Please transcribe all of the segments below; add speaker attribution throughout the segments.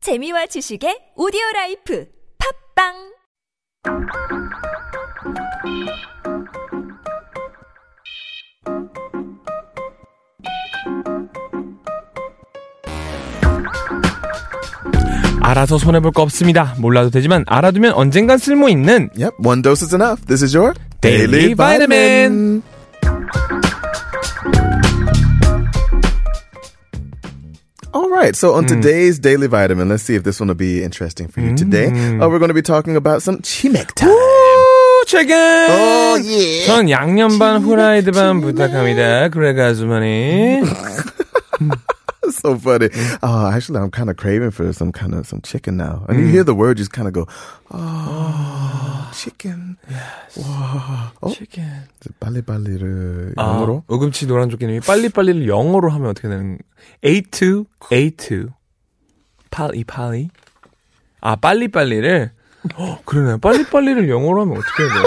Speaker 1: 재미와 지식의 오디오 라이프 팝빵
Speaker 2: 알아서 손해볼 거 없습니다. 몰라도 되지만 알아두면 언젠간 쓸모 있는
Speaker 3: Yep, one dose is enough. This is your
Speaker 2: Daily Vitamin.
Speaker 3: All right, so
Speaker 2: Mm.
Speaker 3: on today's Daily Vitamin, let's see if this one will be interesting for you today.
Speaker 2: Mm.
Speaker 3: Uh, we're going to be talking about some chimek time.
Speaker 2: 오, 최근.
Speaker 3: Oh, yeah.
Speaker 2: 전 양념 반 후라이드 반 부탁합니다. 그래가지고 많이.
Speaker 3: That's so funny.
Speaker 2: Mm.
Speaker 3: Oh, actually, I'm kind of craving for some kind of some chicken now.
Speaker 2: Mm.
Speaker 3: And you hear the word, you just kind of go, oh, chicken.
Speaker 2: 치킨.
Speaker 3: 빨리빨리를
Speaker 2: 아,
Speaker 3: 영어로?
Speaker 2: 우금치 노란조끼님이 빨리빨리를 영어로 하면 어떻게 되는? A2, A2. 파리, 파리. 아, 빨리빨리를? 어, 그러네. 빨리빨리를 영어로 하면 어떻게 해야 돼요?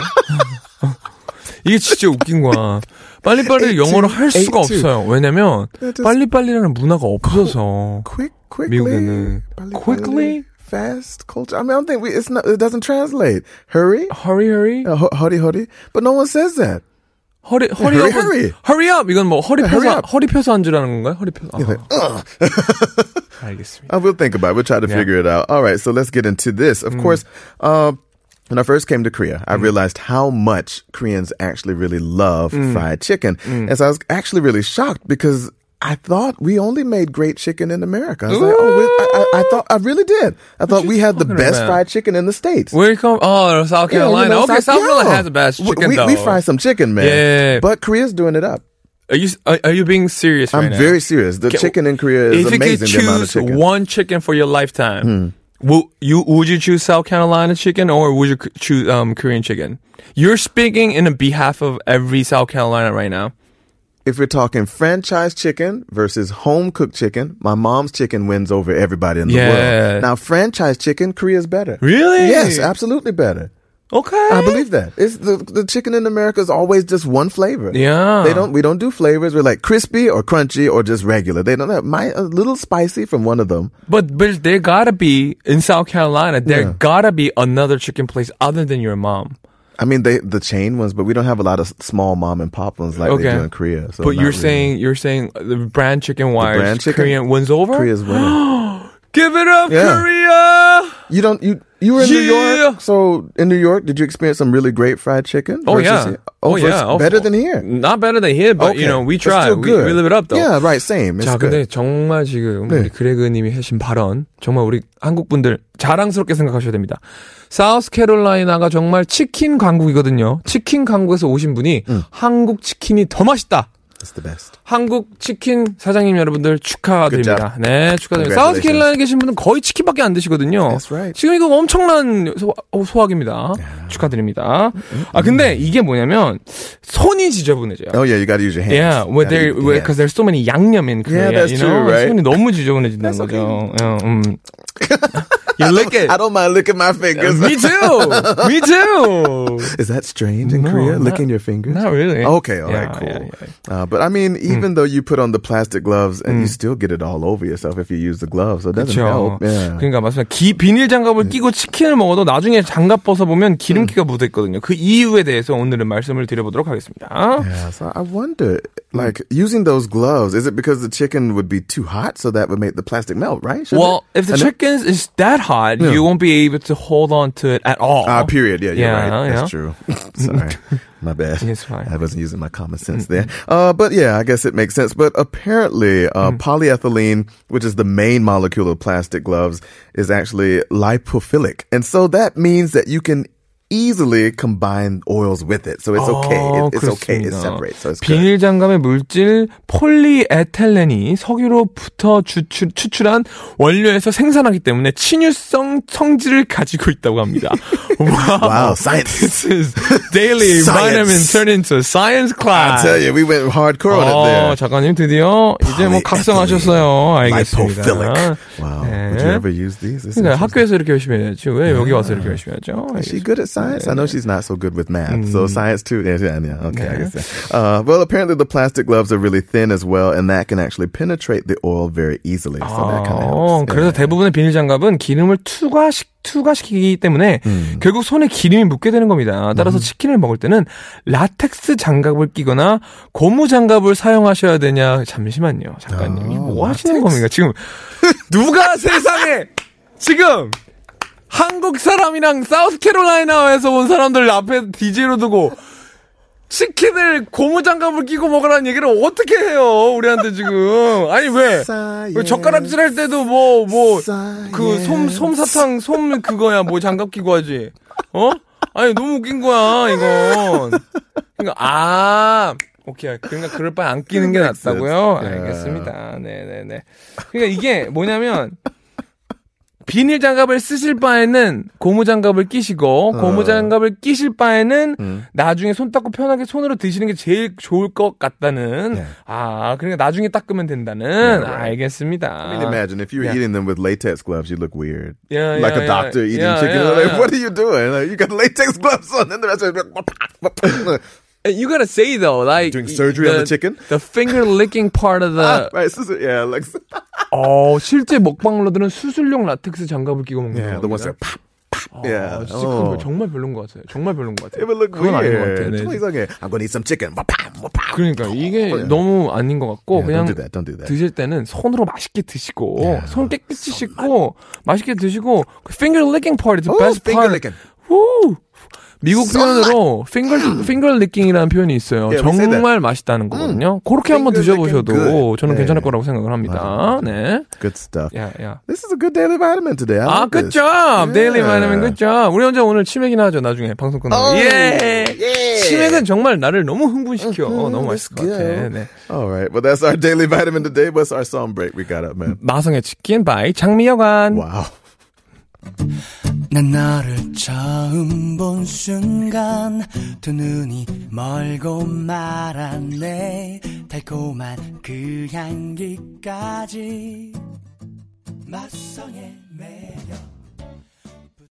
Speaker 2: 이게 진짜 웃긴 거야. 빨리빨리를 영어로 할 수가
Speaker 3: A2.
Speaker 2: 없어요. 왜냐면,
Speaker 3: That is-
Speaker 2: 빨리빨리라는 문화가 없어서.
Speaker 3: quick, quickly,
Speaker 2: 미국에는
Speaker 3: 빨리,
Speaker 2: uh, quickly?
Speaker 3: 빨리, fast culture. I mean, I don't think we. It's not. It doesn't translate. Hurry,
Speaker 2: Hurry, hurry.
Speaker 3: uh, hu- hurry, hurry. But no one says that.
Speaker 2: 허리, 허리,
Speaker 3: hurry,
Speaker 2: up.
Speaker 3: hurry.
Speaker 2: Hurry up! 이건 뭐, 허리
Speaker 3: Yeah,
Speaker 2: 펴서,
Speaker 3: hurry up.
Speaker 2: 허리 펴서 앉으라는 건가요? 허리 펴서. 아,
Speaker 3: Uh.
Speaker 2: 알겠습니다.
Speaker 3: I will think about. it. We'll try to
Speaker 2: Yeah. Hmm.
Speaker 3: figure it out. All right. So let's get into this. Of course. Uh, when I first came to Korea, I realized how much Koreans actually really love
Speaker 2: Hmm.
Speaker 3: fried chicken. And so I was actually really shocked because I thought we only made great chicken in America. I was like, oh, we, I, I, I thought, I really did. I thought we had the best
Speaker 2: about?
Speaker 3: fried chicken in the States.
Speaker 2: Welcome. Oh, South
Speaker 3: Yeah, you
Speaker 2: Carolina.
Speaker 3: know,
Speaker 2: okay,
Speaker 3: South-
Speaker 2: South Carolina
Speaker 3: yeah.
Speaker 2: has the best
Speaker 3: W-
Speaker 2: chicken
Speaker 3: we,
Speaker 2: though.
Speaker 3: We fry some chicken, man.
Speaker 2: Yeah.
Speaker 3: But Korea's doing it up.
Speaker 2: Are you are, are you being serious right
Speaker 3: I'm
Speaker 2: now?
Speaker 3: very serious. The
Speaker 2: Okay,
Speaker 3: chicken in Korea is
Speaker 2: If you could
Speaker 3: amazing. The amount of
Speaker 2: choose
Speaker 3: chicken. Hmm.
Speaker 2: one chicken for your lifetime, would you would you choose South Carolina chicken or would you c- choose um, Korean chicken? You're speaking in the behalf of every South Carolina right now.
Speaker 3: if we're talking franchise chicken versus home cooked chicken, my mom's chicken wins over everybody in the
Speaker 2: Yeah.
Speaker 3: world. Now, franchise chicken, Korea's better.
Speaker 2: Really?
Speaker 3: Yes, absolutely better.
Speaker 2: Okay.
Speaker 3: I believe that. It's the, the chicken in America is always just one flavor.
Speaker 2: Yeah.
Speaker 3: They don't we don't do flavors. We're like crispy or crunchy or just regular. They don't have my a little spicy from one of them.
Speaker 2: But but there gotta be in South Carolina. There
Speaker 3: Yeah.
Speaker 2: gotta be another chicken place other than your mom.
Speaker 3: I mean, they the chain ones, but we don't have a lot of s- small mom and pop ones like
Speaker 2: Okay.
Speaker 3: they do in Korea. So
Speaker 2: but
Speaker 3: not
Speaker 2: you're
Speaker 3: really.
Speaker 2: saying you're saying the brand chicken wise
Speaker 3: brand chicken?
Speaker 2: Korean wins over.
Speaker 3: Korea's winning.
Speaker 2: Give it up,
Speaker 3: Yeah.
Speaker 2: Korea!
Speaker 3: you don't you you were in New
Speaker 2: Yeah.
Speaker 3: York, so in New York, did you experience some really great fried chicken?
Speaker 2: Oh
Speaker 3: versus
Speaker 2: yeah.
Speaker 3: here? Oh, versus-
Speaker 2: Oh,
Speaker 3: better than here.
Speaker 2: Not better than here, but you know we
Speaker 3: But
Speaker 2: try.
Speaker 3: still
Speaker 2: We, we live it up though.
Speaker 3: Yeah, right. Same. It's
Speaker 2: 자, 근데
Speaker 3: good.
Speaker 2: 정말 지금 우리
Speaker 3: 네.
Speaker 2: 그레그님이 하신 발언 정말 우리 한국 분들 자랑스럽게 생각하셔야 됩니다. 사우스캐롤라이나가 정말 치킨 강국이거든요. 치킨 강국에서 오신 분이
Speaker 3: 음.
Speaker 2: 한국 치킨이 더 맛있다.
Speaker 3: It's the best.
Speaker 2: 한국 치킨 사장님 여러분들 축하드립니다.
Speaker 3: Good
Speaker 2: 네, 축하드립니다.
Speaker 3: Congratulations.
Speaker 2: 사우스캐롤라이나에 계신 분은 거의 치킨밖에 안 드시거든요.
Speaker 3: That's right.
Speaker 2: 지금 이거 엄청난 소, 어, 소화기입니다. 축하드립니다. 아 근데 이게 뭐냐면 손이 지저분해져요.
Speaker 3: Mm-hmm. Oh yeah, you got to use your hands.
Speaker 2: Yeah, well,
Speaker 3: Gotta
Speaker 2: there,
Speaker 3: eat with
Speaker 2: well,
Speaker 3: your hands.
Speaker 2: cause there's so many 양념 in Korea.
Speaker 3: Yeah, that's
Speaker 2: you know?
Speaker 3: true, right?
Speaker 2: 손이 너무 지저분해진다는
Speaker 3: That's
Speaker 2: 거죠. 어, 음. you lick it.
Speaker 3: I don't mind licking my fingers.
Speaker 2: Me too. Me too.
Speaker 3: Is that strange in
Speaker 2: No,
Speaker 3: Korea?
Speaker 2: not-
Speaker 3: Licking your fingers?
Speaker 2: Not really.
Speaker 3: Okay, all
Speaker 2: Yeah,
Speaker 3: right, cool.
Speaker 2: yeah, yeah. Hmm.
Speaker 3: Uh, but I mean, even though you put on the plastic gloves and you still get it all over yourself if you use the gloves, so it doesn't
Speaker 2: 그렇죠. 예.
Speaker 3: help. Yeah.
Speaker 2: 그러니까 맞습니다. 기- 비닐 장갑을 끼고 치킨을 먹어도 나중에 장갑 벗어 보면 기름기가 묻어있거든요. 그 이유에 대해서 오늘은 말씀을 드려보도록 하겠습니다.
Speaker 3: Yeah, so I wonder, like using those gloves, is it because the chicken would be too hot, so that would make the plastic melt, right? Shouldn't
Speaker 2: Well,
Speaker 3: it?
Speaker 2: if the
Speaker 3: And it-
Speaker 2: chicken is that hot, you won't be able to hold on to it at all.
Speaker 3: Ah, period. Yeah, you're
Speaker 2: Oh. Yeah,
Speaker 3: right. That's
Speaker 2: yeah.
Speaker 3: true. Sorry, my bad.
Speaker 2: It's fine.
Speaker 3: I wasn't using my common sense there. Uh, but yeah, I guess it makes sense. But apparently, uh,
Speaker 2: Mm.
Speaker 3: polyethylene, which is the main molecule of plastic gloves, is actually lipophilic, and so that means that you can easily combine oils with it. So it's okay.
Speaker 2: 아,
Speaker 3: It- it's okay.
Speaker 2: 그렇습니다.
Speaker 3: It separates. So it's good.
Speaker 2: 비닐 장갑의 물질 폴리에텔렌이 석유로부터 추출, 추출한 원료에서 생산하기 때문에 친유성 성질을 가지고 있다고 합니다.
Speaker 3: Wow,
Speaker 2: wow.
Speaker 3: science.
Speaker 2: This is daily
Speaker 3: Science.
Speaker 2: vitamin turn into a science
Speaker 3: I
Speaker 2: class.
Speaker 3: tell you, we went hardcore on it there.
Speaker 2: 어, 작가님 드디어 이제 뭐
Speaker 3: Polyethylene.
Speaker 2: 각성하셨어요. 알겠습니다.
Speaker 3: Lipophilic. Wow.
Speaker 2: 네.
Speaker 3: Would you ever use these? This
Speaker 2: 그러니까
Speaker 3: is
Speaker 2: 학교에서 이렇게 열심히 해야지. 왜 여기 와서 이렇게 열심히 하죠?
Speaker 3: Is she good at science? I know she's not so good with math. So
Speaker 2: Mm.
Speaker 3: science too. Yeah, yeah, yeah. Okay, I guess. that. Uh, well, apparently the plastic gloves are really thin as well, and that can actually penetrate the oil very easily. So that kind
Speaker 2: 어,
Speaker 3: of helps.
Speaker 2: Oh, 그래서 대부분의 비닐 장갑은 기름을 투과시, 투과시키기 때문에 결국 손에 기름이 묻게 되는 겁니다. 따라서 치킨을 먹을 때는 라텍스 장갑을 끼거나 고무 장갑을 사용하셔야 되냐. 잠시만요. 작가님. 이거 뭐 하시는 겁니까? 지금 누가 세상에 지금 한국 사람이랑 사우스캐롤라이나에서 온 사람들 앞에 DJ로 두고 치킨을 고무 장갑을 끼고 먹으라는 얘기를 어떻게 해요? 우리한테 지금 아니 왜? 왜 젓가락질 할 때도 뭐
Speaker 3: 예.
Speaker 2: 뭐 그 솜 솜사탕 솜 그거야 뭐 장갑 끼고 하지 어? 아니 너무 웃긴 거야 이건 그러니까 아 오케이 그러니까 그럴 바에 안 끼는 게 낫다고요
Speaker 3: sense.
Speaker 2: 알겠습니다 네네네 그러니까 이게 뭐냐면 비닐 장갑을 쓰실 바에는 고무 장갑을 끼시고 고무 장갑을 끼실 바에는 나중에 손 닦고 편하게 손으로 드시는 게 제일 좋을 것 같다는
Speaker 3: 네.
Speaker 2: 아 그러니까 나중에 닦으면 된다는 아, 알겠습니다.
Speaker 3: I mean, imagine if you were
Speaker 2: Yeah.
Speaker 3: eating them with latex gloves, you look weird.
Speaker 2: Yeah,
Speaker 3: like
Speaker 2: yeah,
Speaker 3: a
Speaker 2: yeah.
Speaker 3: doctor eating
Speaker 2: Yeah,
Speaker 3: chicken.
Speaker 2: yeah,
Speaker 3: like,
Speaker 2: yeah.
Speaker 3: what are you doing? Like, you got latex gloves on, and the rest of it.
Speaker 2: You gotta say though, like
Speaker 3: Doing surgery on the chicken? Ah.
Speaker 2: the finger licking part of the.
Speaker 3: right, so, yeah, like
Speaker 2: 어 실제 먹방러들은 수술용 라텍스 장갑을 끼고 먹는
Speaker 3: yeah, the ones that pop, pop. yeah,
Speaker 2: 아, 진짜 그건
Speaker 3: oh.
Speaker 2: 정말 별론 것 같아요. 정말 별론 것 같아요.
Speaker 3: it would look
Speaker 2: 그건 아닌 것
Speaker 3: weird.
Speaker 2: 같아요. 네.
Speaker 3: 좀 이상해. I'm gonna eat some chicken. Wah, pop, wah, pop.
Speaker 2: 그러니까 이게
Speaker 3: Oh, Yeah.
Speaker 2: 너무 아닌 것 같고 그냥
Speaker 3: Yeah, don't do that. Don't do that.
Speaker 2: 드실 때는 손으로 맛있게 드시고
Speaker 3: Yeah.
Speaker 2: 손 깨끗이 씻고 맛있게 드시고 그 finger licking part is the
Speaker 3: Oh,
Speaker 2: best
Speaker 3: finger
Speaker 2: part.
Speaker 3: licking.
Speaker 2: 우! 미국 표현으로 finger finger licking이라는 표현이 있어요.
Speaker 3: Yeah, we say that.
Speaker 2: 정말 맛있다는
Speaker 3: 음,
Speaker 2: 거거든요. 그렇게 한번
Speaker 3: Finger licking
Speaker 2: 드셔보셔도
Speaker 3: good.
Speaker 2: 저는
Speaker 3: 네.
Speaker 2: 괜찮을 거라고 생각을 합니다.
Speaker 3: 맞아요,
Speaker 2: 네,
Speaker 3: 맞아요. Good stuff.
Speaker 2: 야, 야.
Speaker 3: This is a good daily vitamin today. I
Speaker 2: 아, Ah,
Speaker 3: like
Speaker 2: good
Speaker 3: this.
Speaker 2: job, Daily
Speaker 3: Yeah.
Speaker 2: Vitamin, good job. 우리 혼자 오늘 치맥이나 하죠. 나중에 방송 끝나고.
Speaker 3: Oh,
Speaker 2: 예.
Speaker 3: yeah. Mm-hmm.
Speaker 2: 치맥은 정말 나를 너무 흥분시켜. 너무 맛있을 것 같아.
Speaker 3: good.
Speaker 2: 네.
Speaker 3: All right, well that's our daily vitamin today. What's our song break we got up, man?
Speaker 2: 마성의 치킨 바이 장미여관.
Speaker 3: Wow.
Speaker 4: 난 너를 처음 본 순간 두 눈이 멀고 말았네 달콤한 그 향기까지 맛성의 매력